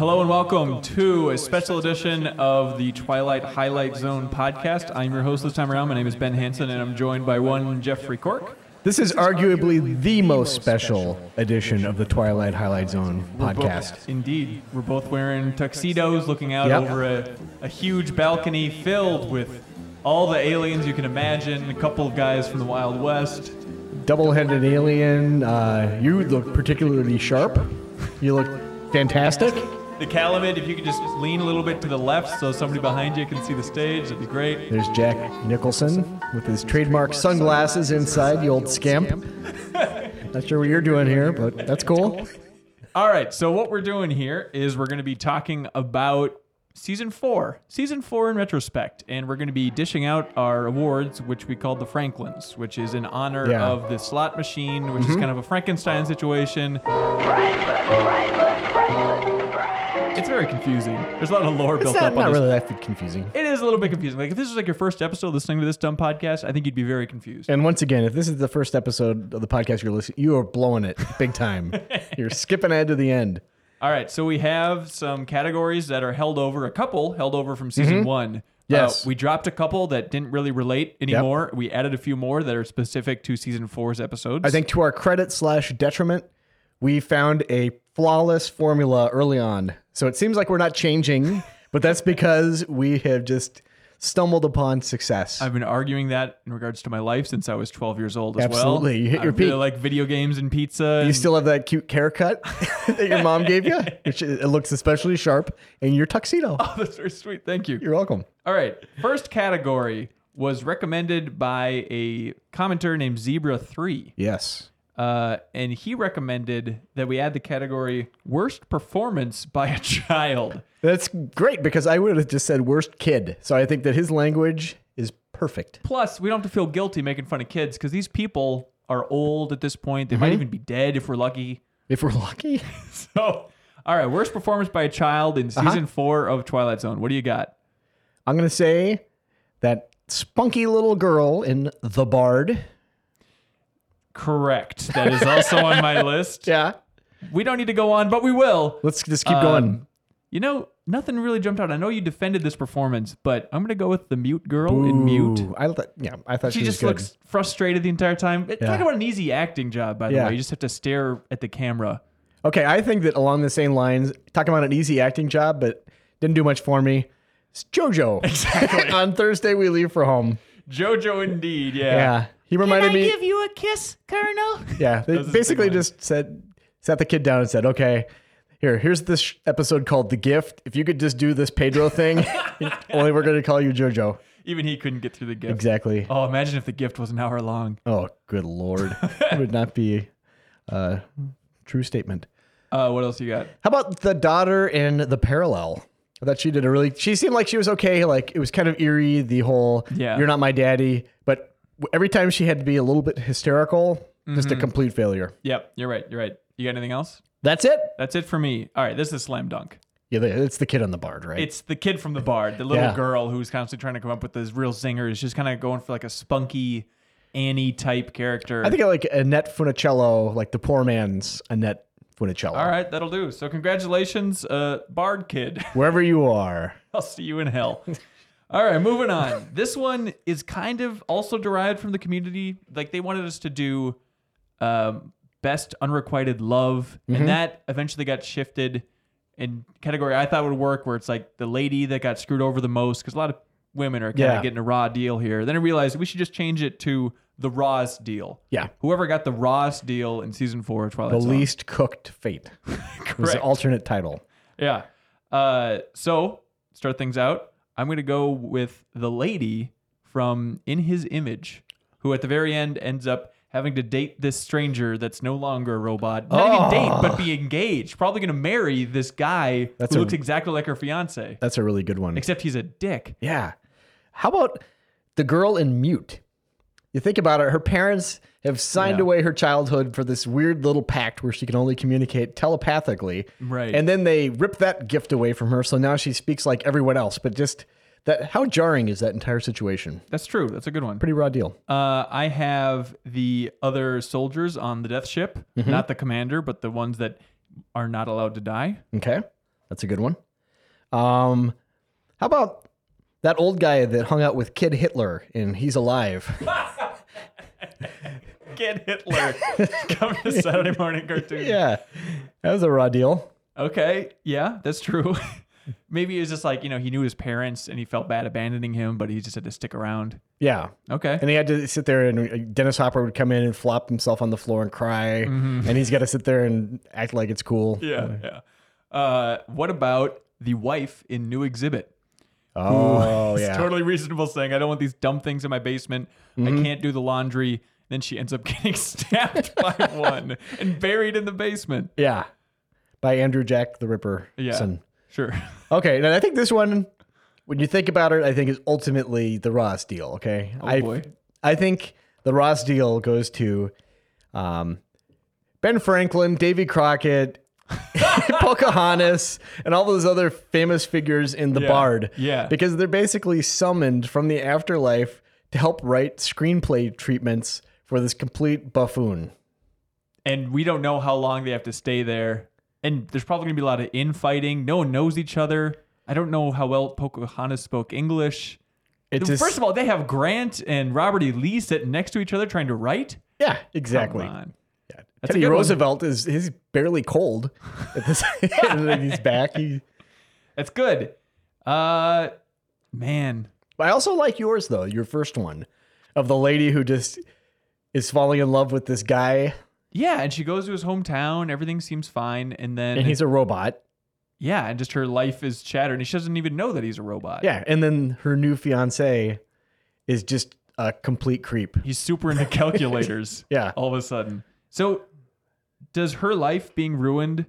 welcome to a special edition of the Twilight Highlight Zone podcast. I'm your host this time around. My name is Ben Hansen, and I'm joined by one Jeffrey Cork. This is arguably the most special edition of the Twilight Highlight Zone We're both- podcast. indeed. We're both wearing tuxedos, looking out Yep. over a, a huge balcony filled with all the aliens you can imagine, a couple of guys from the Wild West. Double-headed alien. Uh, you look particularly sharp. You look fantastic. The Calumet, if you could just lean a little bit to the left so somebody behind you can see the stage, that'd be great. There's Jack Nicholson with his trademark sunglasses inside the old scamp. Not sure what you're doing here, but that's cool. All right, so what we're doing here is we're going to be talking about season four, season four in retrospect, and we're going to be dishing out our awards, which we called the Franklins, which is in honor Yeah. Mm-hmm. of the slot machine, which is kind of a Frankenstein situation. It's very confusing. There's a lot of lore It's built not, up on not this. really that confusing. It is a little bit confusing. Like if this was like your first episode listening to this dumb podcast, I think you'd be very confused. And once again, if this is the first episode of the podcast you're listening, you are blowing it big time. you're skipping ahead to the end. All right, so we have some categories that are held over, a couple held over from season one. Mm-hmm. Yes. Uh, we dropped a couple that didn't really relate anymore. We added a few more that are specific to season four's episodes. I think to our credit slash detriment, we found a flawless formula early on. So it seems like we're not changing, but that's because we have just stumbled upon success. I've been arguing that in regards to my life since I was 12 years old as well. Absolutely. You hit I your really peak. like video games and pizza. you and- still have that cute haircut that your mom gave you, which it looks especially sharp in your tuxedo. That's very sweet. Thank you. You're welcome. All right. First category was recommended by a commenter named Zebra3. Yes. Uh, and he recommended that we add the category worst performance by a child. That's great because I would have just said worst kid. So I think that his language is perfect. Plus, we don't have to feel guilty making fun of kids because these people are old at this point. They Mm-hmm. might even be dead if we're lucky. If we're lucky. So, all right, worst performance by a child in Uh-huh. season four of Twilight Zone. What do you got? I'm going to say that spunky little girl in The Bard. Correct. That is also on my list. Yeah. We don't need to go on, but we will. Let's just keep Um, going. You know, nothing really jumped out. I know you defended this performance, but I'm going to go with the mute girl in mute. Uh, Ooh, I thought, yeah, I thought she, She was just good. looks frustrated the entire time. It- Talk about an easy acting job, by the Yeah. way. You just have to stare at the camera. Okay, I think that along the same lines, talking about an easy acting job, but didn't do much for me. It's JoJo. Exactly. On Thursday, we leave for home. JoJo, indeed. Yeah, he reminded me. you a kiss, Colonel? yeah, they was a big basically line. just said, sat the kid down and said, "Okay, here, here's this sh- episode called The Gift. If you could just do this Pedro thing, only we're going to call you JoJo." Even he couldn't get through the gift. Exactly. Oh, imagine if the gift was an hour long. Oh, good lord, it would not be a true statement. Uh, what else you got? How about the daughter in the parallel? I thought she did a really. She seemed like she was okay. Like it was kind of eerie. The whole Yeah. "you're not my daddy," but w- every time she had to be a little bit hysterical, just Mm-hmm. a complete failure. Yep, you're right. You're right. You got anything else? That's it. That's it for me. All right, this is a slam dunk. Yeah, the- it's the kid on the bard, right? It's the kid from the bard, the little Yeah. girl who's constantly trying to come up with this real singer. Is just kind of going for like a spunky Annie type character. I think I like Annette Funicello, like the poor man's Annette Funicello. All right, that'll do. So congratulations, uh, bard kid. Wherever you are, I'll see you in hell. All right, moving on. This one is kind of also derived from the community. Like they wanted us to do um, best unrequited love, Mm-hmm. and that eventually got shifted in category I thought would work, where it's like the lady that got screwed over the most, because a lot of women are kind of Yeah. getting a raw deal here. Then I realized we should just change it to the rawest deal. Yeah. whoever got the rawest deal in season four of Twilight the Zone. least cooked fate was Correct. the alternate title. Yeah. Uh, so start things out. I'm gonna go with the lady from In His Image, who at the very end ends up having to date this stranger that's no longer a robot. Not Oh. even date, but be engaged. Probably gonna marry this guy That's who a- looks exactly like her fiance, That's a really good one. except he's a dick. Yeah. How about the girl in mute? You think about it, her parents have signed Yeah. away her childhood for this weird little pact where she can only communicate telepathically. Right. And then they rip that gift away from her, so now she speaks like everyone else, but just that how jarring is that entire situation? That's true. That's a good one. Pretty raw deal. Uh, I have the other soldiers on the death Mm-hmm. ship, not the commander, but the ones that are not allowed to die. Okay. That's a good one. Um, how about that old guy that hung out with Kid Hitler and he's alive? Get Hitler. Come to Saturday morning cartoon. yeah, that was a raw deal. Okay. Yeah, that's true. Maybe it was just like, you know, he knew his parents and he felt bad abandoning him, but he just had to stick around. Yeah, Okay. and he had to sit there, and uh, Dennis Hopper would come in and flop himself on the floor and cry, and he's got to sit there and act like it's cool. Mm-hmm. yeah. Yeah. Uh, what about the wife in New Exhibit? Oh It's yeah, totally reasonable saying, I don't want these dumb things in my basement. Mm-hmm. I can't do the laundry. Then she ends up getting stabbed by one and buried in the basement. yeah, by Andrew Jack the Ripper. Yeah. Sure. Okay, now I think this one, when you think about it, I think is ultimately the Ross deal. Okay, oh I boy. I think the Ross deal goes to um, Ben Franklin, Davy Crockett, Pocahontas, and all those other famous figures in the Yeah, Bard. yeah. because they're basically summoned from the afterlife to help write screenplay treatments for this complete buffoon. and we don't know how long they have to stay there. And there's probably gonna be a lot of infighting. No one knows each other. I don't know how well Pocahontas spoke English. It's just- First of all, they have Grant and Robert E. Lee sitting next to each other trying to write. yeah, Come exactly. on. a Teddy good one. Roosevelt is he's barely cold at this and then he's back. He, That's good. Uh, man, but I also like yours though, your first one of the lady who just is falling in love with this guy yeah. And she goes to his hometown. Everything seems fine, and then and he's a robot. yeah, and just her life is shattered, and she doesn't even know that he's a robot. Yeah, and then her new fiance is just a complete creep. He's super into calculators. Yeah. All of a sudden. So, does her life being ruined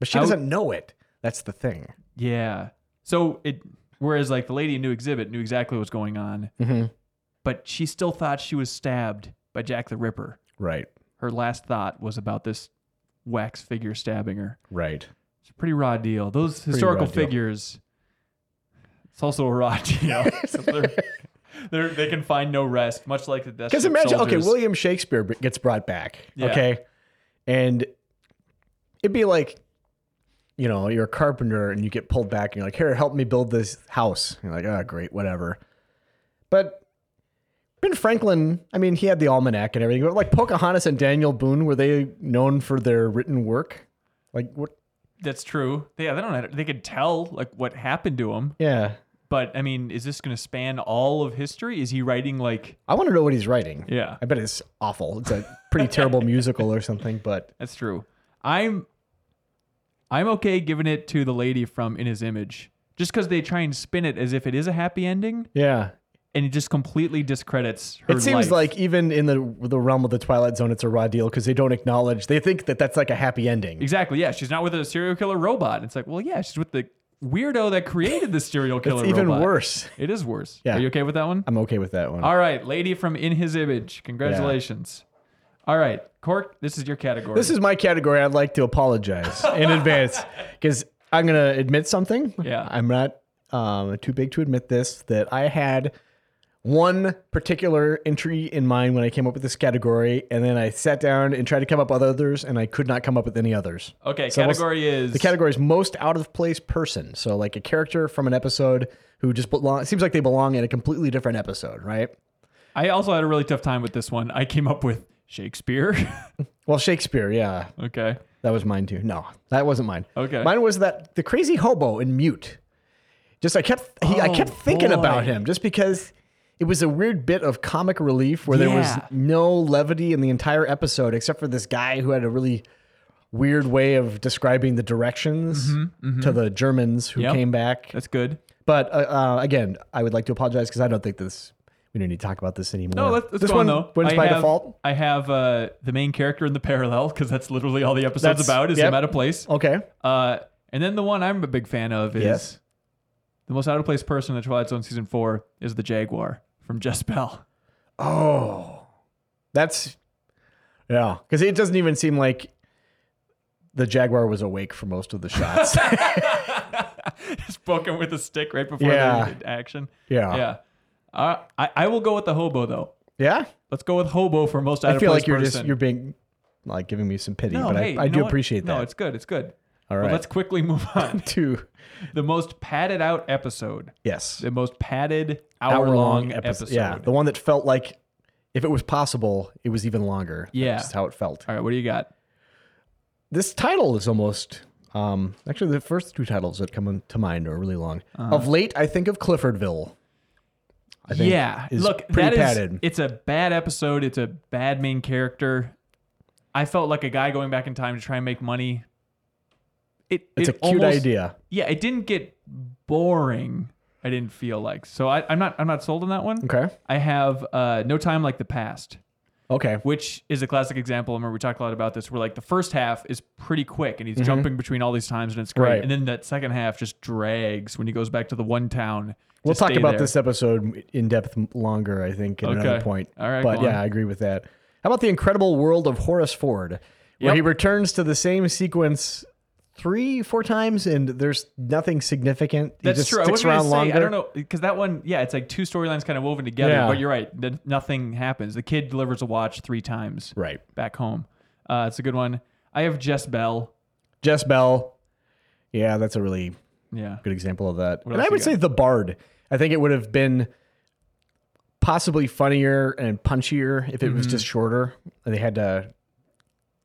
But she I w- doesn't know it. That's the thing. Yeah. So it whereas like the lady in New Exhibit knew exactly what was going on, but she still thought she was stabbed by Jack the Ripper. Right. Her last thought was about this wax figure stabbing her. Right. It's a pretty raw deal. Those historical raw deal. figures. It's also a raw deal. So they're, they're, they can find no rest, much like the death. Because imagine, okay, William Shakespeare b- gets brought back, Yeah. okay, and it'd be like, you know, you're a carpenter and you get pulled back and you're like, here, help me build this house. And you're like, oh, great, whatever. But Ben Franklin, I mean, he had the almanac and everything, but like Pocahontas and Daniel Boone, were they known for their written work? Like, what? That's true. Yeah, they don't. Have, they could tell like what happened to him, Yeah, but I mean, is this going to span all of history? Is he writing like? I want to know what he's writing. Yeah. I bet it's awful. It's a pretty terrible musical or something, but That's true. I'm I'm okay giving it to the lady from In His Image. Just because they try and spin it as if it is a happy ending, yeah, and it just completely discredits her. It seems life. like even in the the realm of the Twilight Zone, it's a raw deal because they don't acknowledge. They think that that's like a happy ending. exactly yeah. She's not with a serial killer robot. It's like well yeah, she's with the weirdo that created the serial killer. It's even robot. worse. It is worse. Yeah. Are you okay with that one? I'm okay with that one. All right, lady from In His Image. Congratulations. All right, Cork. This is your category. This is my category. I'd like to apologize in advance because I'm gonna admit something. Yeah. I'm not um, too big to admit this. That I had one particular entry in mind when I came up with this category, and then I sat down and tried to come up with others, and I could not come up with any others. okay. what's- category is The category is most out of place person. So like a character from an episode who just belong. It seems like they belong in a completely different episode, right? I also had a really tough time with this one. I came up with Shakespeare. Well, Shakespeare, yeah, okay. that was mine too. No, that wasn't mine. Okay. mine was that the crazy hobo in Mute. Just I kept he, I Oh, kept thinking about boy. him just because it was a weird bit of comic relief where there was Yeah. no levity in the entire episode except for this guy who had a really weird way of describing the directions to the Germans who Mm-hmm, Yep. came back. That's good. But uh, uh, again, I would like to apologize because I don't think this. We don't need to talk about this anymore. No, let's, let's this go one on, though. wins I by have, default. I have uh, the main character in the parallel because that's literally all the episode's That's- about is yep. him out of place. Okay. Uh, and then the one I'm a big fan of is Yes. the most out of place person in the Twilight Zone season four is the Jaguar from Jess Bell. Oh, that's yeah. Because it doesn't even seem like the jaguar was awake for most of the shots. Just poke him with a stick right before Yeah. the action. Yeah. Yeah. Uh, I, I will go with the hobo though. yeah. Let's go with hobo for most out I feel of place like you're person. just you're being like giving me some pity, No, but hey, I, I you know do what? appreciate that. No, it's good. It's good. All But right. let's quickly move on. Two. the most padded out episode. Yes. The most padded hour long episode. Yeah. The one that felt like if it was possible, it was even longer. Yeah. That's how it felt. All right, what do you got? This title is almost. Um, actually, the first two titles that come to mind are really long. Uh-huh. Of late, I think of Cliffordville. I think yeah, is look, pretty that is- padded. it's a bad episode. It's a bad main character. I felt like a guy going back in time to try and make money. It, It's it a cute almost- idea. Yeah, it didn't get boring. I didn't feel like so. I, I'm not. I'm not sold on that one. Okay. I have uh, no time like the past. Okay. which is a classic example. I remember we talked a lot about this, where like the first half is pretty quick and he's jumping between all these times and it's great. Mm-hmm. Right. And then that second half just drags when he goes back to the one town. to We'll talk stay about there. this episode in depth m- longer, I think, at another Okay. point. All right, But go on. yeah, I agree with that. How about the incredible world of Horace Ford, where Yep. he returns to the same sequence three, four times, and there's nothing significant. He That's just true. I was Sticks gonna around say longer. I don't know because that one, yeah, it's like two storylines kind of woven together. Yeah. But you're right, then nothing happens. The kid delivers a watch three times Right. back home. Uh, it's a good one. I have Jess Bell. Jess Bell. Yeah, that's a really Yeah, good example of that. And else I you would got? say The Bard. I think it would have been possibly funnier and punchier if it was just shorter. They had to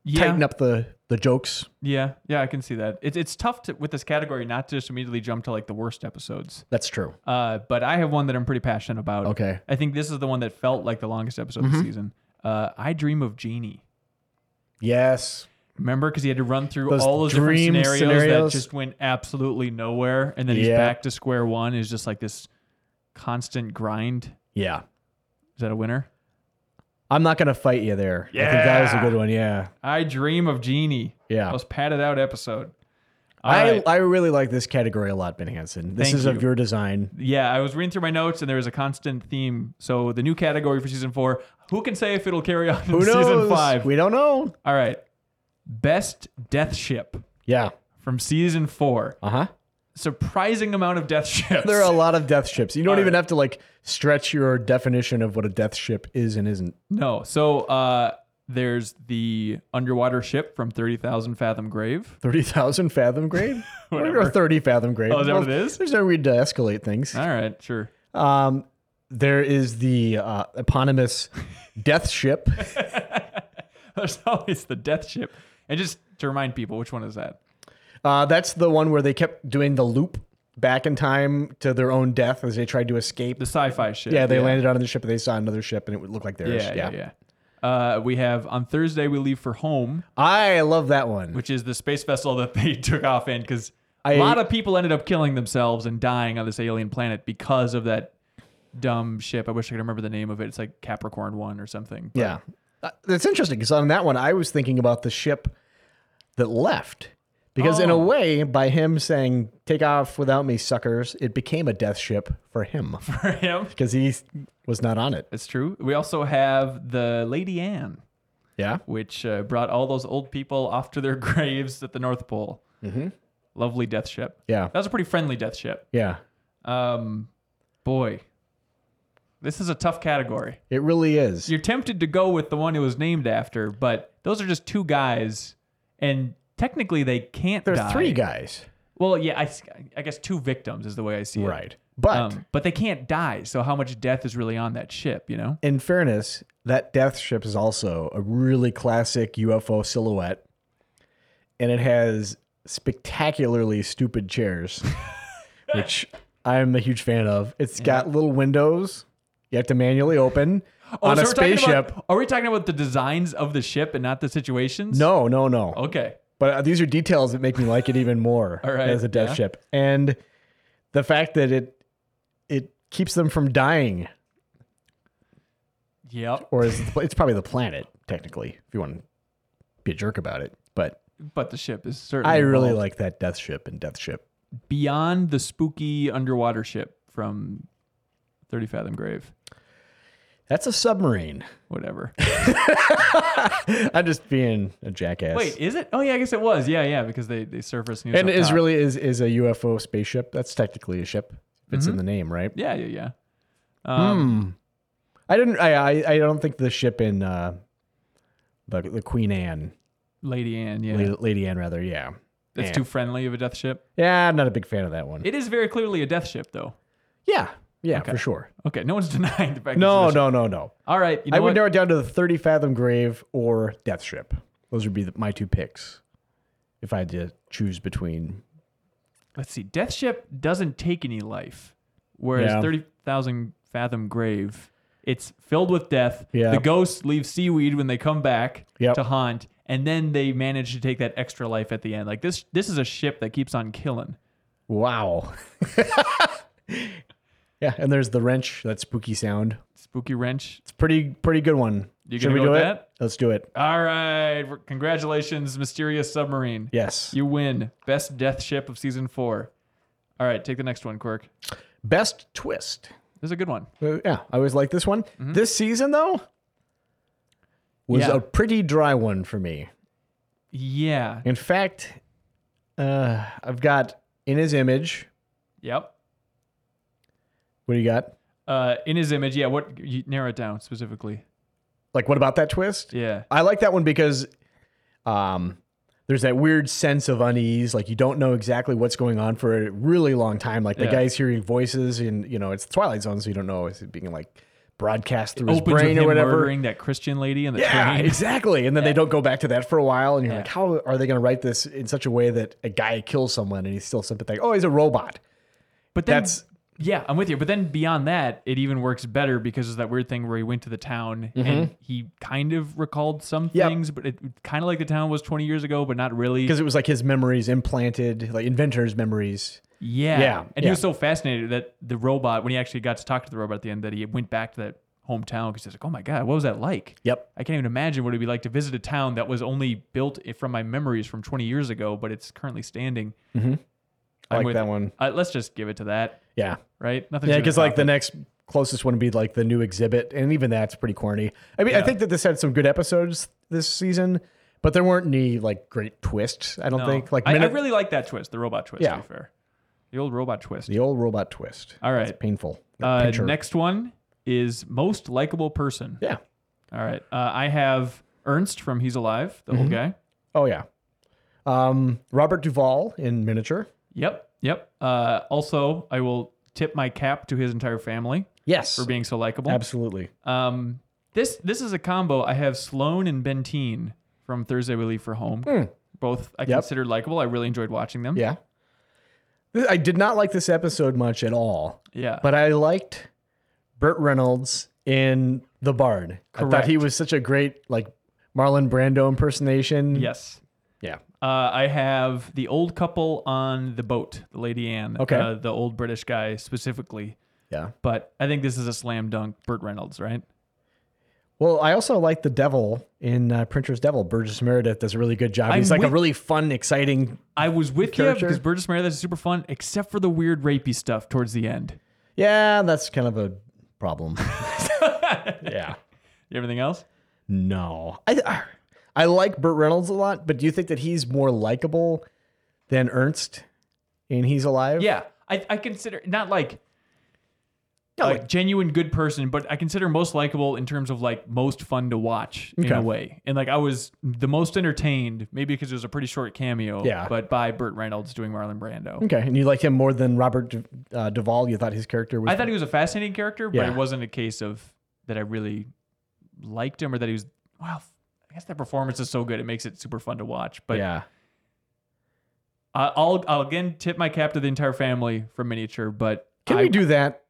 Mm-hmm. yeah, tighten up the, the jokes. yeah, yeah. I can see that. It's it's tough to, with this category not to just immediately jump to like the worst episodes. That's true. Uh, but I have one that I'm pretty passionate about. Okay. Mm-hmm. I think this is the one that felt like the longest episode of the season. Uh, I Dream of Genie. Yes. Remember, because he had to run through Those all those different dream scenarios, scenarios. that just went absolutely nowhere, and then he's Yeah. back to square one. Is just like this constant grind. Yeah. Is that a winner? I'm not gonna fight you there. I think that was a good one. Yeah, I Dream of Genie. yeah. Most padded out episode. All I right. I really like this category a lot, Ben Hansen. This Thank is you. of your design. yeah, I was reading through my notes, and there was a constant theme. So the new category for season four. Who can say if it'll carry on in Who knows? season five? We don't know. All right. Best death ship Yeah. from season four. Uh huh. Surprising amount of death ships. There are a lot of death ships. You don't even have to like stretch your definition of what a death ship is and isn't. no. So uh, there's the underwater ship from 30,000 Fathom Grave. Thirty thousand fathom grade, or Whatever. thirty fathom grade. Oh, is that what it is? There's no need to escalate things. All right, sure. Um, there is the uh, eponymous death ship. There's always the death ship. And just to remind people, which one is that? Uh, that's the one where they kept doing the loop back in time to their own death as they tried to escape. The sci fi ship. Yeah, they landed on the ship and they saw another ship and it would look like theirs. Yeah, yeah, yeah. Uh, we have on Thursday we leave for home, I love that one. which is the space vessel that they took off in because I- a lot of people ended up killing themselves and dying on this alien planet because of that dumb ship. I wish I could remember the name of it. It's like Capricorn One or something. But- Yeah. Uh, That's interesting because on that one, I was thinking about the ship that left. Because in a Oh. way, by him saying, take off without me, suckers, it became a death ship for him for him. because he was not on it. It's true. We also have the Lady Anne, Yeah. which uh, brought all those old people off to their graves at the North Pole. Mm-hmm. Lovely death ship. Yeah. That was a pretty friendly death ship. Yeah. Um, boy, this is a tough category. It really is. you're tempted to go with the one it was named after, but those are just two guys, and technically they can't. There die. are three guys. Well, yeah, I, s- I guess two victims is the way I see it. Right. But Um, but they can't die, so how much death is really on that ship? You know. in fairness, that death ship is also a really classic UFO silhouette, and it has spectacularly stupid chairs, which I'm a huge fan of. It's got little windows you have to manually open on Oh, so a we're talking spaceship. About, are we talking about the designs of the ship and not the situations? no, no, no. Okay. But uh, these are details that make me like it even more Oh. All right, as a death yeah. ship, and the fact that it it keeps them from dying, Yep. or is it's probably the planet technically, if you want to be a jerk about it, but. But the ship is certainly. I really involved. like that Death Ship and Death Ship. beyond the spooky underwater ship from Thirty Fathom Grave. That's a submarine. Whatever. I'm just being a jackass. Wait, is it? Oh yeah, I guess it was. Yeah, yeah, because they they surfaced news. and up top. Israeli is is a UFO spaceship. That's technically a ship. If it's Mm-hmm. in the name, right? Yeah, yeah, yeah. Um, I didn't. I I, I don't think the ship in uh, the the Queen Anne, Lady Anne. Yeah, La- Lady Anne, rather. Yeah, That's Yeah. too friendly of a death ship. Yeah, I'm not a big fan of that one. It is very clearly a death ship, though. yeah, yeah, for sure. Okay, no one's denying the fact. No, it's a death ship. no, no, no. All right, you know I would what? narrow it down to the 30 fathom grave or death ship. Those would be the, my two picks if I had to choose between. Let's see. Death ship doesn't take any life, whereas Yeah. thirty thousand fathom grave, it's filled with death. Yeah. The ghosts leave seaweed when they come back Yep. to haunt, and then they manage to take that extra life at the end. Like this, this is a ship that keeps on killing. Wow. yeah, and there's the wrench, that spooky sound. Spooky wrench. It's pretty pretty good one. You Should gonna we go do with it? that? Let's do it. All right, congratulations, mysterious submarine. Yes. You win best death ship of season four. All right, take the next one, Quirk. Best twist. This is a good one. Uh, yeah, I always like this one. This season though was Mm-hmm. Yeah. a pretty dry one for me. Yeah. In fact, uh, I've got in his image. Yep. What do you got? Uh, in his image, yeah. What you narrow it down specifically? Like, what about that twist? Yeah. I like that one because um, there's that weird sense of unease. Like you don't know exactly what's going on for a really long time. Like the Yeah. guy's hearing voices, and you know it's the Twilight Zone, so you don't know is it being like broadcast through his Opens with brain or him whatever. murdering that Christian lady in the Yeah, train. exactly. And then they don't go back to that for a while, and you're Yeah. like, how are they going to write this in such a way that a guy kills someone and he's still sympathetic? Oh, he's a robot. But then, That's- yeah, I'm with you. But then beyond that, it even works better because of that weird thing where he went to the town and he kind of recalled some Mm-hmm. Yep. things, but it kind of like the town was 20 years ago, but not really. Because it was like his memories implanted, like inventor's memories. Yeah. Yeah, And he yeah. was so fascinated that the robot, when he actually got to talk to the robot at the end, that he went back to that hometown because he's like, oh my God, what was that like? Yep. I can't even imagine what it'd be like to visit a town that was only built i- from my memories from 20 years ago, but it's currently standing. I I'm like with that it. one. Uh, let's just give it to that, Yeah. right? Nothing. Yeah, because like the next closest one would be like the new exhibit, and even that's pretty corny. I mean, I think that this had some good episodes this season, but there weren't any like great twists. I don't think like I, I minute- really like that twist, the robot twist. Yeah. To be fair, the old robot twist. the old robot twist. All right. Painful. Uh, Pincher. next one is most likable person. Yeah. All right. Uh, I have Ernst from He's Alive, the old guy. Oh yeah. Um, Robert Duvall in miniature. Yep. Yep. Uh, also, I will tip my cap to his entire family Yes. for being so likable. Absolutely. Um, this this is a combo. I have Sloan and Benteen from Thursday We Leave for Home. Both I considered likable. I really enjoyed watching them. Mm. Hmm. Yeah. Th- I did not like this episode much at all, Yeah. but I liked Burt Reynolds in The Bard. I thought he Correct. was such a great like Marlon Brando impersonation. yes. Yeah. Uh, I have the old couple on the boat, the Lady Anne. Okay. Uh, the old British guy specifically. Yeah. But I think this is a slam dunk. Burt Reynolds, right? Well, I also like the devil in uh, Printer's Devil. Burgess Meredith does a really good job. I'm He's like a with- really fun, exciting. I was with you character. because Burgess Meredith is super fun, except for the weird rapey stuff towards the end. Yeah, that's kind of a problem. yeah. Everything else? No. I uh, I like Burt Reynolds a lot, but do you think that he's more likable than Ernst in He's Alive? Yeah, I, I consider not like No, a genuine good person, but I consider most likable in terms of like most fun to watch in Okay. a way. And like I was the most entertained, maybe because it was a pretty short cameo. Yeah. but by Burt Reynolds doing Marlon Brando. Okay, and you liked him more than Robert Du- uh, Duvall. You thought his character was. I thought he was a fascinating character, but Yeah. it wasn't a case of that I really liked him or that he was wow. I guess that performance is so good; it makes it super fun to watch. But yeah. I, I'll, I'll again tip my cap to the entire family for miniature. But Can I, we do that?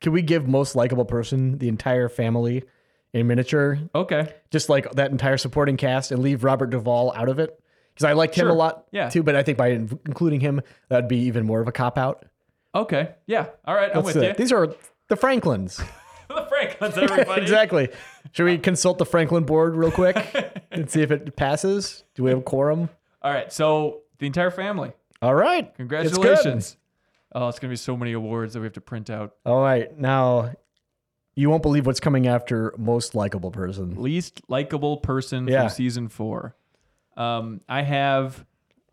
Can we give most likable person the entire family in miniature, Okay, just like that entire supporting cast, and leave Robert Duvall out of it? Because I liked him a Sure. lot Yeah. too, but I think by in- including him, that'd be even more of a cop out. okay, yeah, all right, I'm That's with it. you. These are the Franklins. the Franklins, everybody. exactly. Should we consult the Franklin board real quick and see if it passes? Do we have a quorum? All right, so the entire family. All right. It's good. Congratulations. Oh, it's gonna be so many awards that we have to print out. All right, now you won't believe what's coming after most likable person. Least likable person Yeah. from season four. Um, I have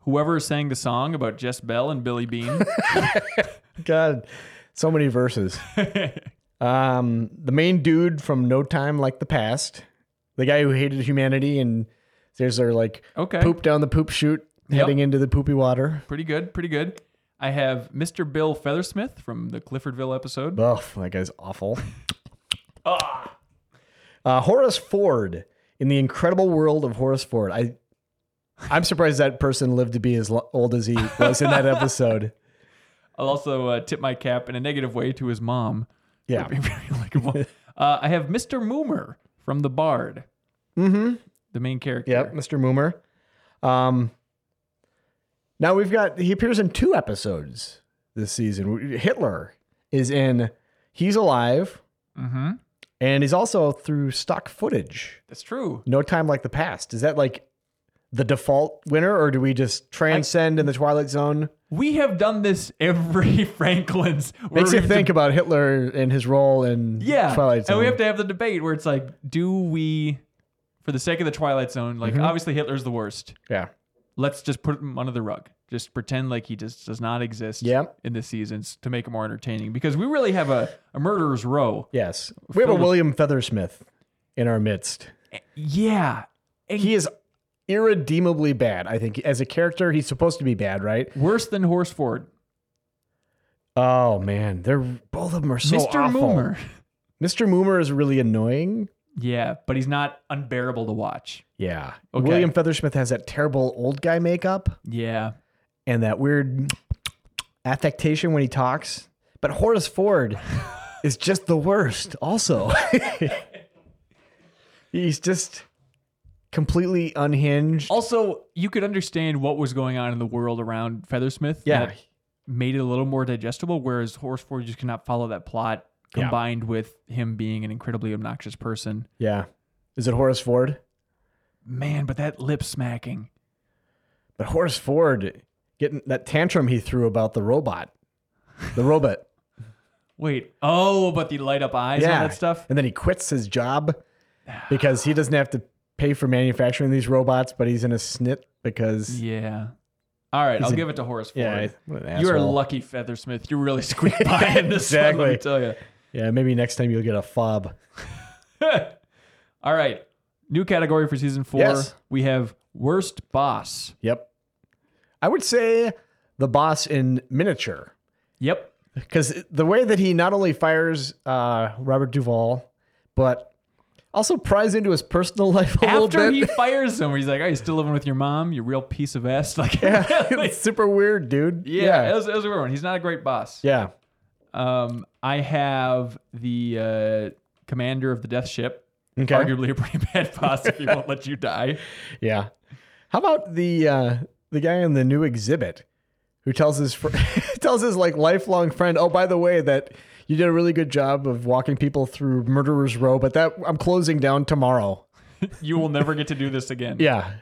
whoever sang the song about Jess Bell and Billy Bean. God, so many verses. um, the main dude from No Time Like the Past, the guy who hated humanity and there's their like Okay. poop down the poop chute. Yep. heading into the poopy water. Pretty good, pretty good. I have Mr. Bill Feathersmith from the Cliffordville episode. Buff, that guy's awful. Ah. Uh, Horace Ford in the incredible world of Horace Ford. I, I'm surprised that person lived to be as lo- old as he was in that episode. I'll also uh, tip my cap in a negative way to his mom. Yeah. Being very likable. uh, I have Mr. Moomer from The Bard, Mm-hmm. the main character. Yep, Mr. Moomer. Um, now we've got he appears in two episodes this season. Hitler is in. He's alive, Mm-hmm. and he's also through stock footage. That's true. No time like the past. Is that like the default winner, or do we just transcend in the Twilight Zone? We have done this every Franklin's. where Makes you we've think about Hitler and his role in Yeah. Twilight Zone. And we have to have the debate where it's like, do we, for the sake of the Twilight Zone, like Mm-hmm. obviously Hitler's the worst. yeah. Let's just put him under the rug. Just pretend like he just does not exist Yep. in this season s- to make it more entertaining because we really have a, a murderer's row. Yes. We have a William Feathersmith in our midst. Yeah. And He is irredeemably bad. I think as a character, he's supposed to be bad, right? worse than Horseford. Oh man, they're both of them are so Mr. awful. Moomer. Mr. Moomer is really annoying. Yeah, but he's not unbearable to watch. Yeah. Okay. William Feathersmith has that terrible old guy makeup Yeah. and that weird affectation when he talks. But Horace Ford is just the worst. Also, he's just completely unhinged. Also, you could understand what was going on in the world around Feathersmith. Yeah. that made it a little more digestible, whereas Horseford just cannot follow that plot Yeah. combined with him being an incredibly obnoxious person. Yeah. Is it Horace Ford? Man, but that lip smacking. But Horace Ford getting that tantrum he threw about the robot, the robot. Wait. Oh, but the light up eyes and all that stuff. And then he quits his job because he doesn't have to pay for manufacturing these robots, but he's in a snit because Yeah. All right, I'll a- give it to Horace Ford. what an You're asshole. lucky, Feathersmith. You really squeaked by in this one, let me Exactly. tell you. Yeah, maybe next time you'll get a fob. All right. New category for season four. Yes. We have worst boss. Yep. I would say the boss in miniature Yep. because the way that he not only fires uh, Robert Duvall, but also pries into his personal life a After little he bit. fires him, he's like, "Are you still living with your mom? You real piece of ass!" Like, really- it's super weird, dude. yeah, Yeah. It, was, it was a weird one. He's not a great boss. Yeah. Um, I have the uh, commander of the death ship, Okay. arguably a pretty bad boss if he won't let you die. Yeah. How about the uh, the guy in the new exhibit who tells his fr- tells his like lifelong friend, "Oh, by the way, that you did a really good job of walking people through Murderers Row, but that I'm closing down tomorrow." You will never get to do this again. Yeah.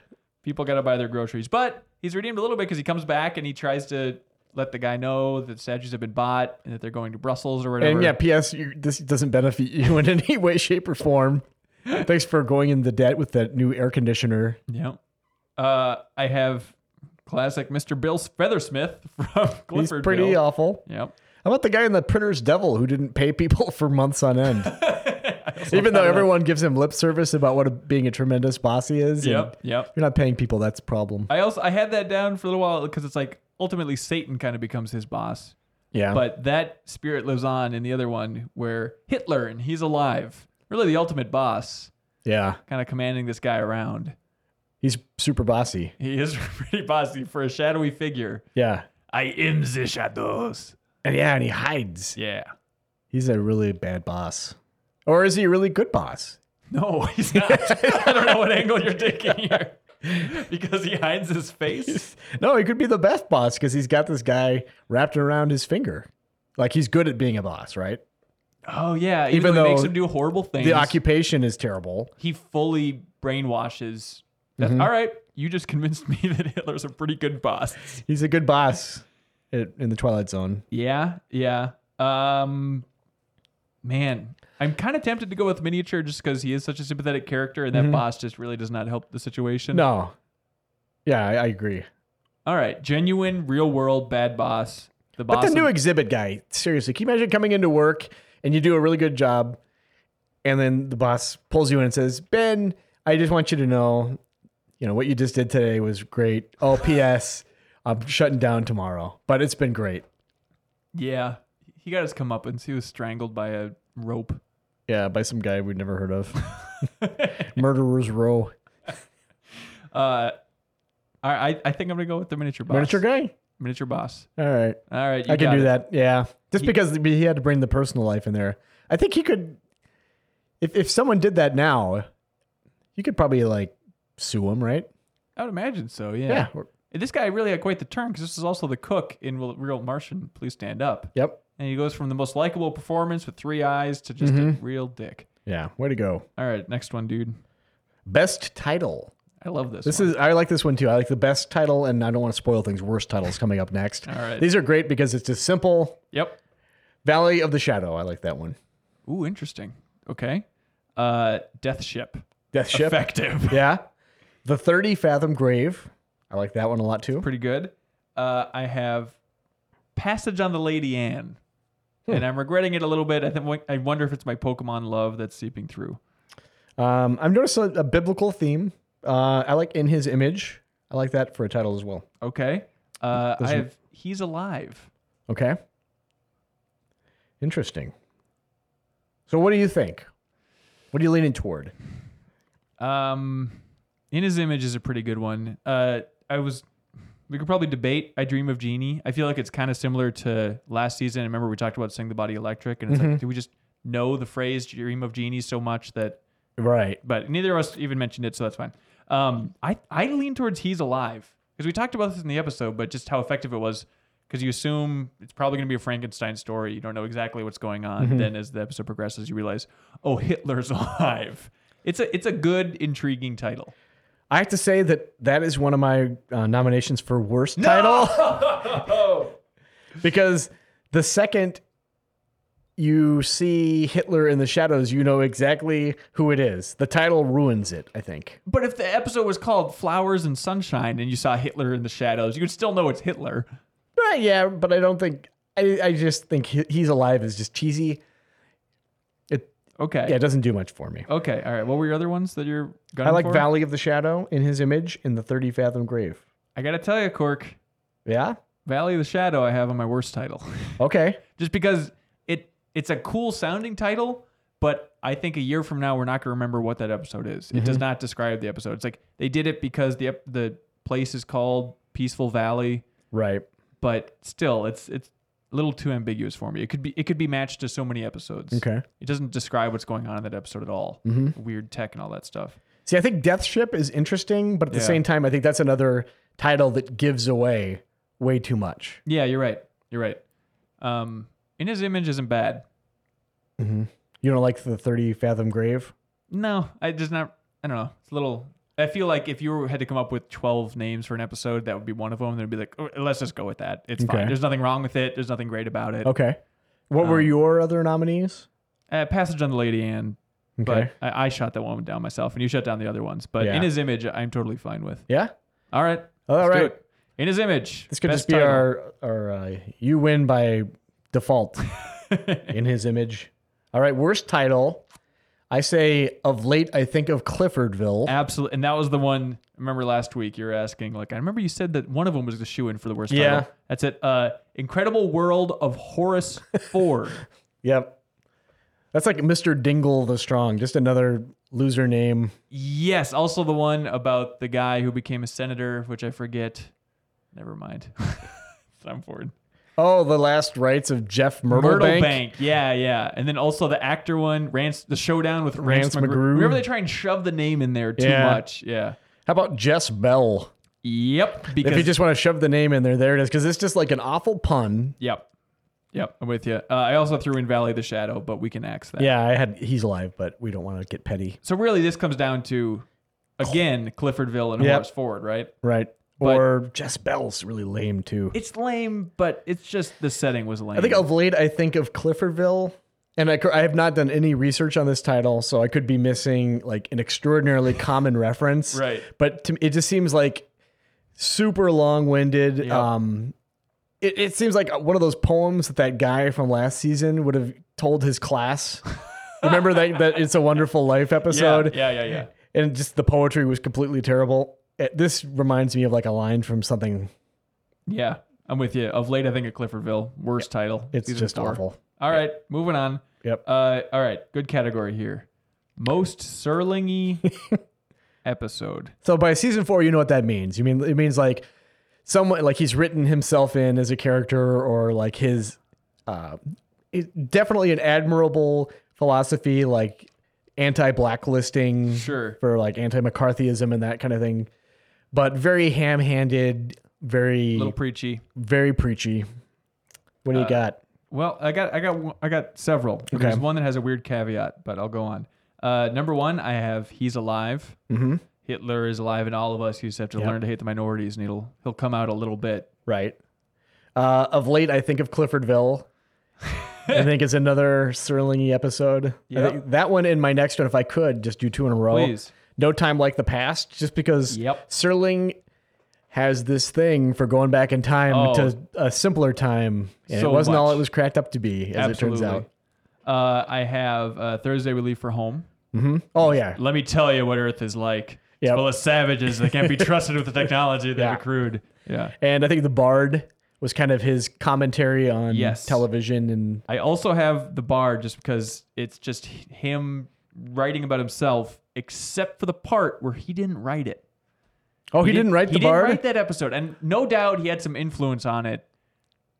People got to buy their groceries, but he's redeemed a little bit because he comes back and he tries to let the guy know that statues have been bought and that they're going to Brussels or whatever. And yeah, P.S. You, this doesn't benefit you in any way, shape, or form. Thanks for going into debt with that new air conditioner. Yep. Uh, I have classic Mr. Bill Feathersmith from He's Clifford. pretty awful. Yep. How about the guy in the printer's devil who didn't pay people for months on end? Even though everyone gives him lip service about what a, being a tremendous boss he is. and- Yep. Yep. You're not paying people. That's a problem. I also I had that down for a little while because it's like ultimately Satan kind of becomes his boss, Yeah. but that spirit lives on in the other one where Hitler and he's alive. Really, the ultimate boss, yeah, kind of commanding this guy around. he's super bossy. He is pretty bossy for a shadowy figure. Yeah. I am the shadows. And yeah, and he hides. Yeah. He's a really bad boss. Or is he a really good boss? No, he's not. I don't know what angle you're taking here. Because he hides his face. No, he could be the best boss because he's got this guy wrapped around his finger. Like he's good at being a boss, right? Oh yeah, even, Even though he makes though him do horrible things, The occupation is terrible. he fully brainwashes. That's, all right, you just convinced me that Hitler's a pretty good boss. He's a good boss at, in the Twilight Zone. Yeah, yeah. Um, man, I'm kind of tempted to go with miniature just because he is such a sympathetic character, and that boss just really does not help the situation. No. Yeah, I, I agree. All right, genuine, real world bad boss. The boss. But the new of- exhibit guy, seriously, can you imagine coming into work and you do a really good job, and then the boss pulls you in and says, "Ben, I just want you to know, you know, what you just did today was great. Oh, P.S. I'm shutting down tomorrow, but it's been great. Yeah. He got his comeuppance. He was strangled by a rope. Yeah, by some guy we'd never heard of. Murderer's Row. Uh, I, I- I think I'm gonna go with the miniature boss. Miniature guy? Miniature boss. All right. All right, you I can got do it. that. Yeah. Just He- because he had to bring the personal life in there. I think he could if if someone did that now, you could probably like sue him, right? I would imagine so. Yeah. Or- And this guy really had quite the turn because this is also the cook in Will- Real Martian. Please stand up. Yep. And he goes from the most likable performance with three eyes to just Mm-hmm. a real dick. Yeah. Way to go. All right, next one, dude. Best title. I love this. This one. is I like this one too. I like the best title and I don't want to spoil things. Worst titles coming up next. All right. These are great because it's just simple. Yep. Valley of the Shadow. I like that one. Ooh, interesting. Okay. Uh, Death Ship. Death Ship. Effective. Yeah. The 30 Fathom Grave. I like that one a lot too. Pretty good. Uh, I have Passage on the Lady Anne. Hmm. And I'm regretting it a little bit. I think I wonder if it's my Pokemon love that's seeping through. Um, I've noticed a, a biblical theme. Uh, I like In His Image. I like that for a title as well. Okay. Uh, I Doesn't- have He's Alive. Okay. Interesting. So, what do you think? What are you leaning toward? Um, in his image is a pretty good one. Uh, I was. We could probably debate. I dream of genie. I feel like it's kind of similar to last season. I remember we talked about sing the body electric, and it's like, do we just know the phrase dream of genie so much that? Right. But neither of us even mentioned it, so that's fine. Um, I I lean towards he's alive because we talked about this in the episode, but just how effective it was. Because you assume it's probably going to be a Frankenstein story. You don't know exactly what's going on. Mm-hmm. Then, as the episode progresses, you realize, oh, Hitler's alive. It's a it's a good, intriguing title. I have to say that that is one of my uh, nominations for worst title because the second you see Hitler in the shadows, you know exactly who it is. The title ruins it, I think. But if the episode was called Flowers and Sunshine and you saw Hitler in the shadows, you would still know it's Hitler. But yeah, but I don't think I, I just think he- he's alive is just cheesy. It Okay. yeah, it doesn't do much for me. Okay. All right. What were your other ones that you're going I like for? Valley of the Shadow in his image in the 30 Fathom Grave. I got to tell you, Cork, Yeah? Valley of the Shadow I have on my worst title. Okay. Just because it it's a cool sounding title, but I think a year from now we're not going to remember what that episode is. It does not describe the episode. It's like they did it because the ep- the place is called Peaceful Valley. Right. but still it's it's a little too ambiguous for me it could be it could be matched to so many episodes Okay. it doesn't describe what's going on in that episode at all weird tech and all that stuff See, I think Death Ship is interesting, but at the Yeah. same time, I think that's another title that gives away way too much. yeah you're right you're right um in his image isn't bad Mm-hmm. You don't like the 30 Fathom Grave? no i just not i don't know it's a little i feel like if you had to come up with 12 names for an episode that would be one of them then it'd be like oh, let's just go with that it's Okay. fine there's nothing wrong with it there's nothing great about it Okay. What were Um, your other nominees? uh, passage on the lady anne Okay. but I, I shot that one down myself and you shut down the other ones but Yeah. in his image i'm totally fine with yeah? All right. All Let's do right. it. In his image. This could Best just be title. our, our uh, you win by default in his image. All right, worst title. I say of late, I think of Cliffordville. absolute. And that was the one. Remember last week you were asking. Like I remember you said that one of them was the shoe in for the worst Yeah. title. That's it. Uh, Incredible World of Horace Ford. Yep. That's like Mr. Dingle the Strong, just another loser name. yes. Also the one about the guy who became a senator, which I forget. Never mind. I'm forward. Oh, the last rites of Jeff Myrtle, Myrtle Bank. Bank. yeah, yeah, and then also the actor one, Rance, the showdown with Rance, Rance McGrew. Remember they try and shove the name in there too Yeah. much. Yeah. How about Jess Bell? Yep. If Because you just want to shove the name in there, there it is. Because it's just like an awful pun. Yep. Yep. I'm with you. Uh, I also threw in Valley of the Shadow, but we can axe that. Yeah, I had he's alive, but we don't want to get petty, So really, this comes down to, again, Cliffordville and Yep. Horace Ford, right? right? But- or Jess Bell's really lame too. It's lame, but it's just the setting was lame. I think of late, I think of Cliffordville, and I, cou- I have not done any research on this title, so I could be missing like an extraordinarily common reference. Right. But to, me- it just seems like super long-winded. Um, it, it seems like one of those poems that that guy from last season would have told his class. Remember that that It's a Wonderful Life yeah, episode, yeah, yeah, yeah. and just the poetry was completely terrible. it- this reminds me of like a line from something. Yeah, I'm with you. Of late, I think at Cliffordville, worst title. It's Season just four. awful. All right, moving on. Yep. Uh, all right, good category here. Most Serlingy episode. So by season four, you know what that means. You mean it means like someone like he's written himself in as a character, or like his uh, it, definitely an admirable philosophy, like anti-blacklisting Sure. for like anti-McCarthyism and that kind of thing, but very ham-handed, very Little Uh, preachy. very preachy. What do you got? Well, I got, I got, one- I got several. There's one that has a weird caveat, but I'll go on. Uh, number one, I have he's alive. Mm-hmm. Hitler is alive in all of us. You just have to Yep. learn to hate the minorities, and he'll he'll come out a little bit. Right. Uh, of late, I think of Cliffordville. I think it's another Serlingy episode. I think Yep. That one and my next one, if I could, just do two in a row. Please. No time like the past, just because Yep. Serling has this thing for going back in time Oh. to a simpler time. And So it wasn't all much. it was cracked up to be, as it turns out. Uh, I have uh, Thursday we leave for home. Oh, yeah. Let me tell you what Earth is like. It's Yep. full of savages that can't be trusted with the technology they've Yeah. accrued. Yeah. And I think The Bard was kind of his commentary on Yes. television and I also have the bar just because it's just h- him writing about himself, except for the part where he didn't write it. Oh, he, didn't, write he The didn't Bard? write that episode, and no doubt he had some influence on it,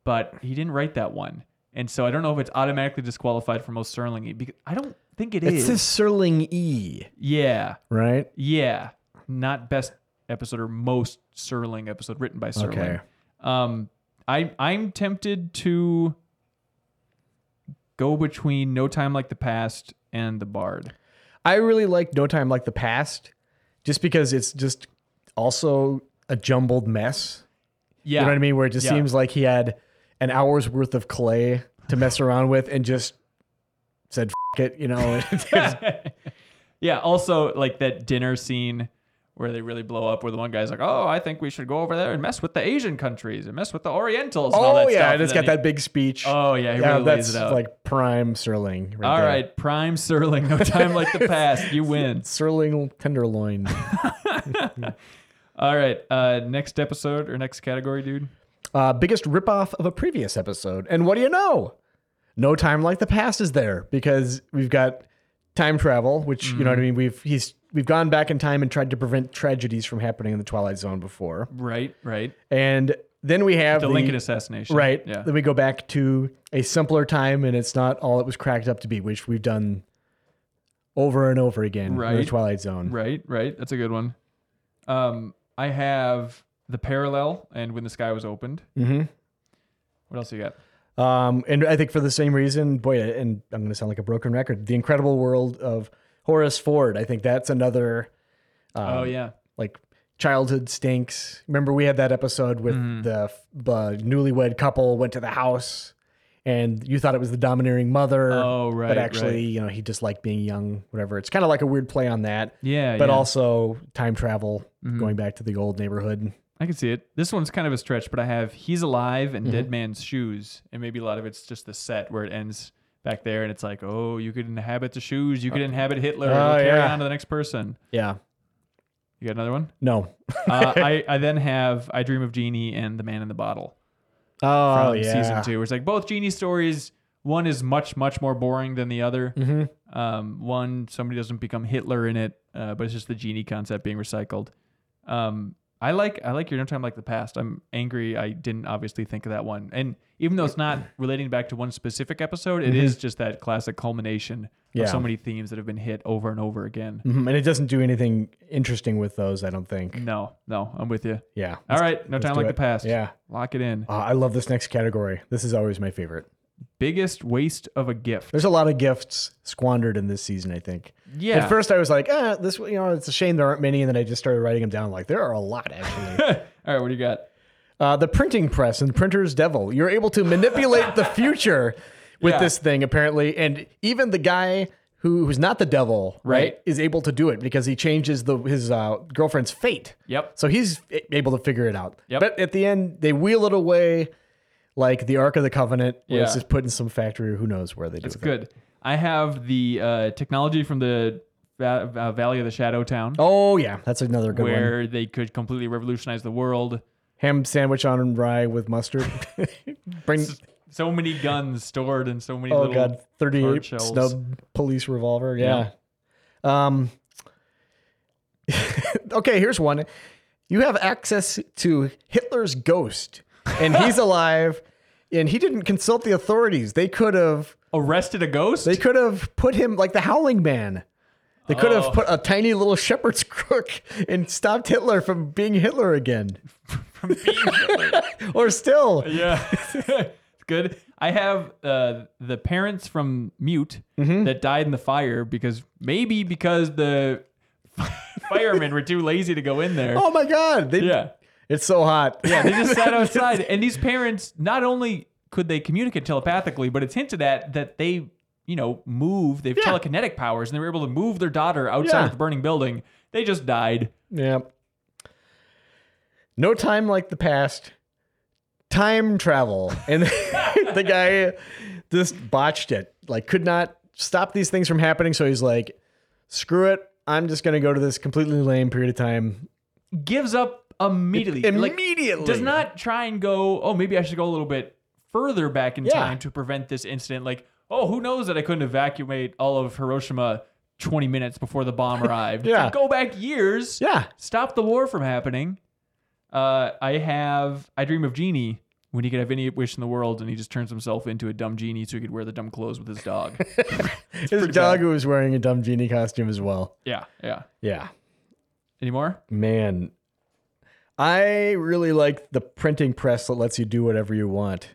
but he didn't write that one. And so I don't know if it's automatically disqualified for most Serlingy because I don't think it It is. says Serling E, yeah, right? yeah, not best episode or most Serling episode written by Serling. Okay. Um, I I'm tempted to go between No Time Like the Past and The Bard. I really like No Time Like the Past just because it's just also a jumbled mess. Yeah, You know what I mean? Where it just Yeah. seems like he had an hour's worth of clay to mess around with and just said, F it, you know? yeah. Also, like that dinner scene where they really blow up, where the one guy's like, "Oh, I think we should go over there and mess with the Asian countries and mess with the Orientals." and all oh, that yeah. stuff. And it's got then that big speech. he- oh yeah, he yeah, really lays that's it out. like prime Serling. Right all there. right, prime Serling, no time like the past. You win. Serling Tenderloin. All right, uh, next episode or next category, dude. uh, biggest ripoff of a previous episode. And what do you know? No time like the past is there because we've got time travel, which you Mm-hmm. know what I mean. We've he's we've gone back in time and tried to prevent tragedies from happening in the Twilight Zone before, Right, right. and then we have The, Lincoln assassination. right. Yeah. Then we go back to a simpler time, and it's not all it was cracked up to be, which we've done over and over again in the Right. Twilight Zone. Right, right. That's a good one. Um, I have the parallel and when the sky was opened. Mhm. What else you got? Um, and I think for the same reason, boy, and I'm going to sound like a broken record. The Incredible World of Horace Ford. I think that's another oh yeah, like childhood stinks. Remember we had that episode with Mm-hmm. the f- uh, newlywed couple went to the house, and you thought it was the domineering mother. Oh, right, But right. actually, you know, he just liked being young. Whatever. It's kind of like a weird play on that, yeah. but yeah. Mm-hmm. also time travel, going back to the old neighborhood. I can see it. This one's kind of a stretch, but I have he's alive and Mm-hmm. dead man's shoes, and maybe a lot of it's just the set where it ends back there, and it's like, oh, you could inhabit the shoes, you could inhabit Hitler, and Oh, we'll carry yeah. on to the next person. Yeah. You got another one? No. uh, I I then have I dream of genie and the man in the bottle. Oh from season two. Where it's like both genie stories. One is much much more boring than the other. Mm-hmm. Um, one somebody doesn't become Hitler in it, uh, but it's just the genie concept being recycled. Um, I like I like your no time like the past. I'm angry I didn't obviously think of that one. And even though it's not relating back to one specific episode, it is just that classic culmination Mm-hmm. Yeah. of so many themes that have been hit over and over again. Mhm, And it doesn't do anything interesting with those, I don't think. No, no, I'm with you. Yeah. All right, no time do like it. the past. Yeah. lock it in. Uh, I love this next category. This is always my favorite. Biggest waste of a gift. There's a lot of gifts squandered in this season, I think. Yeah. At first, I was like, eh, this, you know, it's a shame there aren't many. And then I just started writing them down. Like, there are a lot, actually. All right, what do you got? uh, the printing press and the printer's devil. You're able to manipulate the future with Yeah. this thing, apparently. And even the guy who, who's not the devil, Right. is able to do it because he changes the his uh, girlfriend's fate. Yep. So he's a- able to figure it out. Yep. But at the end, they wheel it away like the Ark of the Covenant, where it's Yeah. just put in some factory, who knows where they do it. Good. I have the uh, technology from the Va- uh, Valley of the Shadow Town, Oh yeah, that's another good one. where they could completely revolutionize the world. Ham sandwich on rye with mustard. Bring So many guns stored in so many oh little. god, hard thirty-eight shells. snub police revolver. Yeah. Um. okay, here's one. You have access to Hitler's ghost, and he's alive, and he didn't consult the authorities. They could have. Arrested a ghost? They could have put him like the Howling Man. They could Oh. have put a tiny little shepherd's crook and stopped Hitler from being Hitler again. or still, Yeah. It's Good. I have uh, the parents from Mute Mm-hmm. that died in the fire because maybe because the firemen were too lazy to go in there. oh my God, they, Yeah. it's so hot. Yeah. They just sat outside. And these parents, not only could they communicate telepathically, but it's hinted at that they, you know, move, they have Yeah. telekinetic powers and they were able to move their daughter outside Yeah. of the burning building. They just died. yeah. No time like the past. Time travel. And the guy just botched it. Like, could not stop these things from happening. So he's like, screw it. I'm just going to go to this completely lame period of time. Gives up immediately. Like, Immediately. does not try and go, oh, maybe I should go a little bit further back in Yeah. time to prevent this incident. Like, oh, who knows that I couldn't evacuate all of Hiroshima 20 minutes before the bomb arrived. Yeah. Go back years. Yeah. Stop the war from happening. Uh, I have I Dream of Genie when he could have any wish in the world and he just turns himself into a dumb genie so he could wear the dumb clothes with his dog. His dog who was wearing a dumb genie costume as well. yeah, yeah. Yeah. Any more? Man. I really like the printing press that lets you do whatever you want.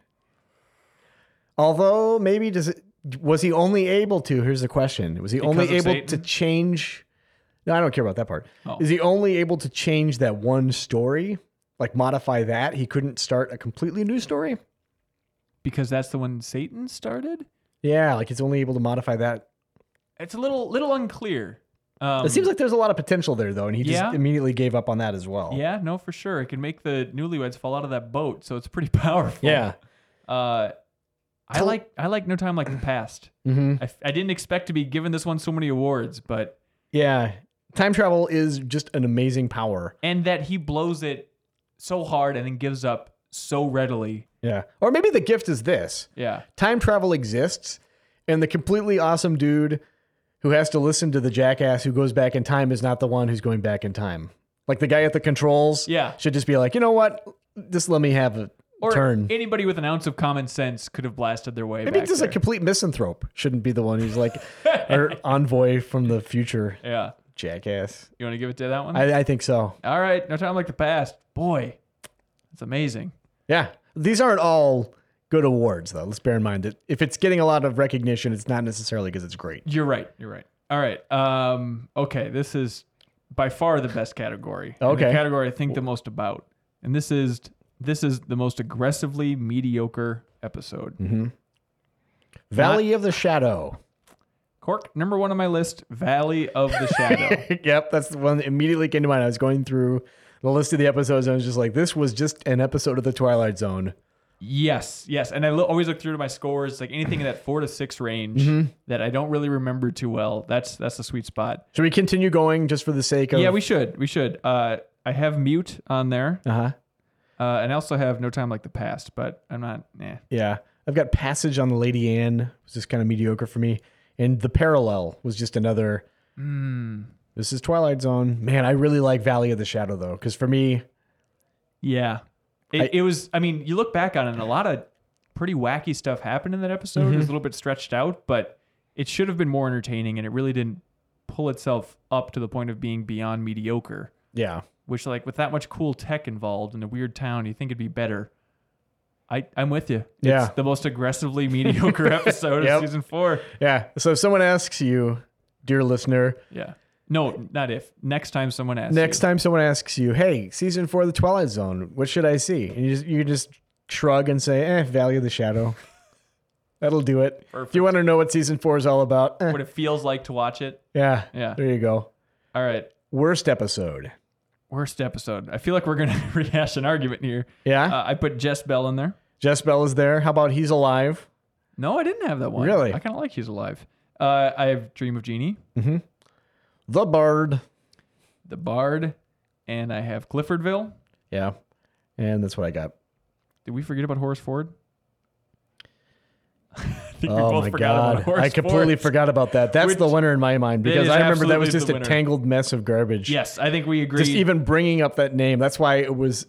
Although maybe does it was he only able to? Here's the question. Was he only of able to Satan? change No, I don't care about that part. Oh. Is he only able to change that one story? Like modify that? He couldn't start a completely new story? Because that's the one Satan started? Yeah, like he's only able to modify that. It's a little little unclear. Um, It seems like there's a lot of potential there though, and he Yeah. just immediately gave up on that as well. Yeah, no, for sure. It can make the newlyweds fall out of that boat, so it's pretty powerful. Yeah. Uh, I like I like No Time Like the Past. Mm-hmm. I, I didn't expect to be given this one so many awards, but Yeah. Time travel is just an amazing power. and that he blows it so hard and then gives up so readily. Yeah. Or maybe the gift is this Yeah, time travel exists, and the completely awesome dude who has to listen to the jackass who goes back in time is not the one who's going back in time. Like the guy at the controls Yeah. should just be like, you know what? Just let me have a or turn. anybody with an ounce of common sense could have blasted their way. Maybe back just a there. complete misanthrope shouldn't be the one who's like, or envoy from the future yeah. jackass. You want to give it to that one? I, I think so. All right, No Time Like the Past. Boy, it's amazing. Yeah. These aren't all good awards, though. Let's bear in mind that if it's getting a lot of recognition, it's not necessarily because it's great. You're right. You're right. All right. Um, okay. This is by far the best category. and The Okay. category I think the most about. And this is this is the most aggressively mediocre episode. Mm-hmm. Valley of the Shadow. Cork number one on my list. Valley of the Shadow. yep, that's the one that immediately came to mind. I was going through the list of the episodes and I was just like, this was just an episode of The Twilight Zone. yes. Yes. And I lo- always look through to my scores. Like anything in that four to six range Mm-hmm. that I don't really remember too well. That's that's the sweet spot. Should we continue going just for the sake of. Yeah. We should. We should. Uh, I have mute on there, Uh huh. uh, and I also have no time like the past. But I'm not. Eh. Yeah. I've got Passage on the Lady Anne, was just kind of mediocre for me. And The Parallel was just another. This is Twilight Zone. Man, I really like Valley of the Shadow, though, because for me, Yeah. It, I- it was, I mean, you look back on it, and a lot of pretty wacky stuff happened in that episode. Mm-hmm. It was a little bit stretched out, but it should have been more entertaining, and it really didn't pull itself up to the point of being beyond mediocre, yeah. which, like, with that much cool tech involved in a weird town, you think it'd be better. I, I'm with you. Yeah. It's the most aggressively mediocre episode Yep. of season four. Yeah. So if someone asks you, dear listener, Yeah. No, not if. Next time someone asks. next you. time someone asks you, hey, season four of The Twilight Zone, what should I see? And you just, you just shrug and say, eh, Valley of the Shadow. That'll do it. If you want to know what season four is all about, eh, What it feels like to watch it. yeah, Yeah. there you go. All right. Worst episode. Worst episode. I feel like we're going to rehash an argument here. Yeah. Uh, I put Jess Bell in there. Jess Bell is there. How about He's Alive? No, I didn't have that one. Really? I kind of like He's Alive. Uh, I have Dream of Genie. The Bard. The Bard, and I have Cliffordville. Yeah. And that's what I got. Did we forget about Horace Ford? I think oh my god. I completely Ford. forgot about that. That's Which- the winner in my mind That because is I remember that absolutely was just the a winner. tangled mess of garbage. Yes, I think we agree. Just even bringing up that name. That's why it was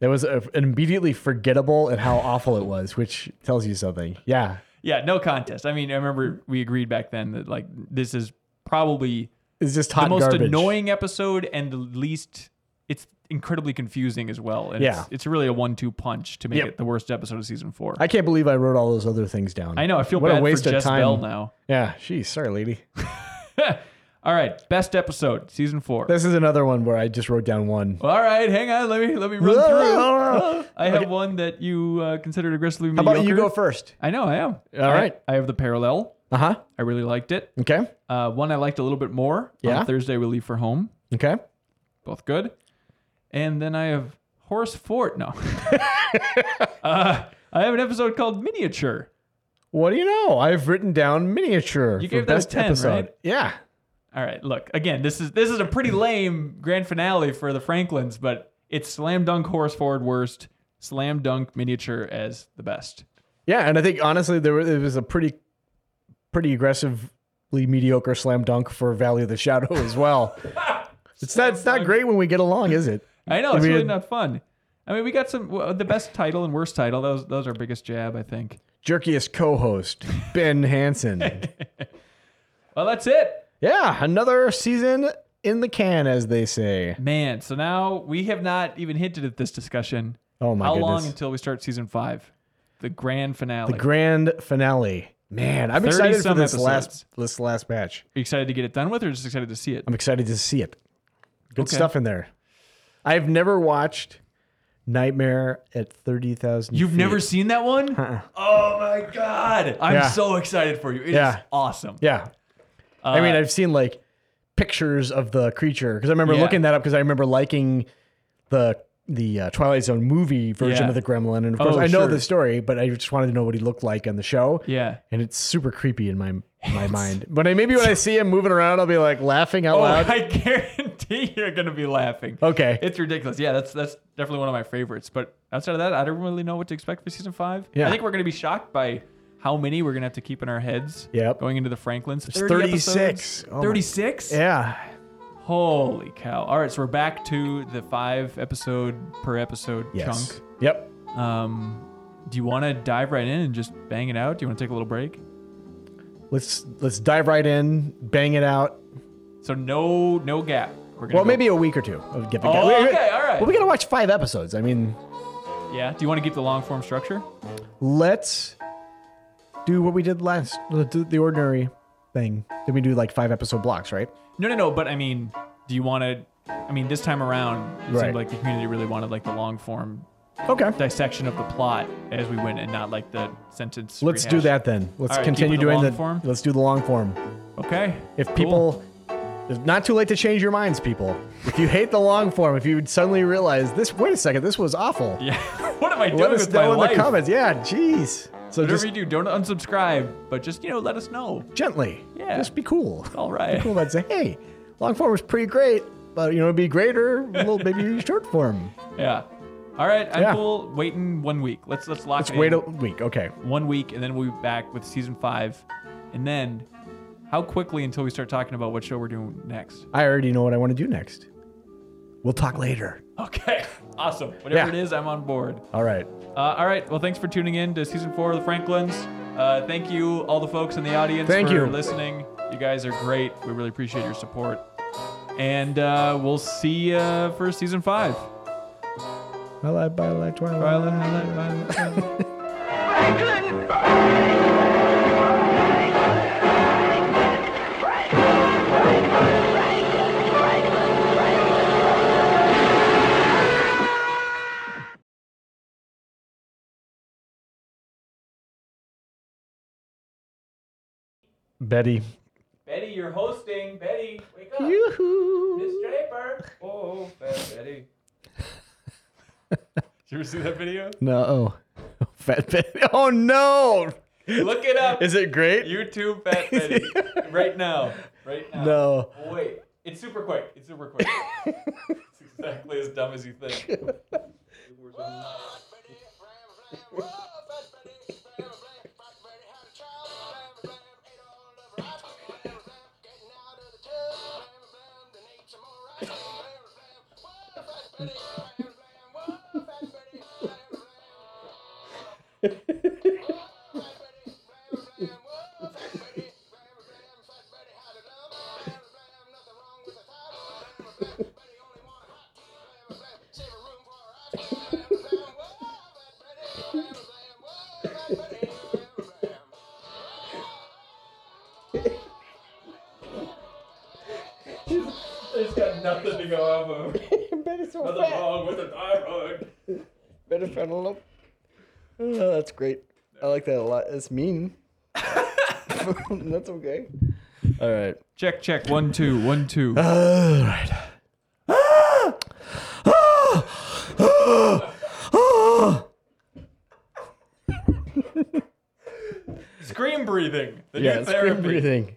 that was a, immediately forgettable and how awful it was, which tells you something. Yeah. yeah, no contest. I mean, I remember we agreed back then that like this is probably It's just hot the most garbage. annoying episode and the least. It's incredibly confusing as well. And Yeah. it's, it's really a one-two punch to make Yep. it the worst episode of season four. I, I can't believe I wrote all those other things down. know. I feel What a bad waste for of Jess time. Bell now. Yeah. Geez, sorry, lady. All right, best episode, season four. This is another one where I just wrote down one. All right, hang on. Let me let me run through. How I have one that you uh, considered aggressively mediocre. about you go first? I know I am. All right. right. I have the parallel. Uh huh. I really liked it. Okay. Uh, one I liked a little bit more. Yeah. On Thursday we leave for home. Okay. Both good. And then I have Horace Fort. No. uh, I have an episode called Miniature. What do you know? I've written down miniature. You for gave that a best 10, episode. right? Yeah. All right. Look again. This is this is a pretty lame grand finale for the Franklins, but it's slam dunk Horace Ford worst, slam dunk miniature as the best. Yeah, and I think honestly there was, it was a pretty pretty aggressively mediocre slam dunk for Valley of the Shadow as well. it's not it's not great when we get along, is it? I know it's mean- really not fun. I mean, we got some w- the best title and worst title. That was that was our biggest jab, I think. Jerkiest co-host Ben Hansen. Well, that's it. yeah, another season in the can, as they say. Man, so now we have not even hinted at this discussion. Oh my How goodness! long until we start season five? The grand finale. the grand finale. Man, I'm 30 excited for some this episodes. last this last match. Are you excited to get it done with or just excited to see it? I'm excited to see it. Good Okay. stuff in there. I've never watched Nightmare at 30,000 You've Feet. never seen that one? Oh my god. I'm Uh-uh. Yeah. so excited for you. It is Yeah. awesome. Yeah. I mean, Uh, I've seen like pictures of the creature because I remember Yeah. looking that up because I remember liking the the uh, Twilight Zone movie version Yeah. of the gremlin. And of course, Oh, I know sure. the story, but I just wanted to know what he looked like on the show. Yeah. And it's super creepy in my my mind. But I, maybe when I see him moving around, I'll be like laughing out Oh, loud. I guarantee you're gonna be laughing. okay. It's ridiculous. Yeah, that's that's definitely one of my favorites. But outside of that, I don't really know what to expect for season five. Yeah. I think we're gonna be shocked by how many we're gonna have to keep in our heads. Yep. Going into the Franklins. 36. Oh my- Thirty six. yeah. Holy cow! All right, so we're back to the five episode per episode Yes. Yep. chunk. Um, do you want to dive right in and just bang it out? Do you want to take a little break? Let's let's dive right in, bang it out. So no, no gap. We're gonna Well, go- maybe a week or two of giving. Oh, Wait, wait. okay, all right. Well, we gotta watch five episodes. I mean, Yeah. Do you want to keep the long form structure? let's do what we did last the- the the ordinary thing then we do like five episode blocks right No, no, no. But I mean, do you want to? I mean, this time around, it Right. seemed like the community really wanted like the long form okay dissection of the plot as we went, and not like the sentence. let's do rehash. that then let's All right, continue keep it the doing long the form? let's do the long form Okay. if cool. people it's not too late to change your minds people if you hate the long form if you would suddenly realize this wait a second this was awful Yeah. what am I doing let us with my know in life? the comments yeah jeez so Whatever just you do, don't unsubscribe, but just you know, let us know. gently Yeah. just be cool All right. cool about say hey long form was pretty great but you know it'd be greater well, maybe short form Yeah. All right, I'm Yeah. cool. Waiting one week. Let's let's lock let's it wait a in week okay one week, and then we'll be back with season five, and then how quickly until we start talking about what show we're doing next? I already know what I want to do next. We'll talk later. Okay, awesome. Whatever Yeah. it is, I'm on board. All right. Uh, all right, well, thanks for tuning in to season four of the Franklins. Uh, thank you, all the folks in the audience, Thank for you. listening. You guys are great. We really appreciate your support, and uh, we'll see you for season five. Bye bye bye twilight. Bye, love, love, love, love. Franklin! Betty. Betty, you're hosting. Betty, wake up. Miss Yoo-hoo. Draper. Oh, Fat Betty. Did you ever see that video? No. Oh. Fat Betty. Oh no. Look it up. Is it great? YouTube Fat Betty right now. Right now. no. Wait, it's super quick. It's super quick. it's exactly as dumb as you think. It's got nothing to go off of. Nothing wrong with a thyroid. Better antelope. Oh, that's great. I like that a lot. It's mean. that's okay. All right. Check, check. One, two, one, two. All right. Scream breathing. The Yeah, new it's therapy. breathing.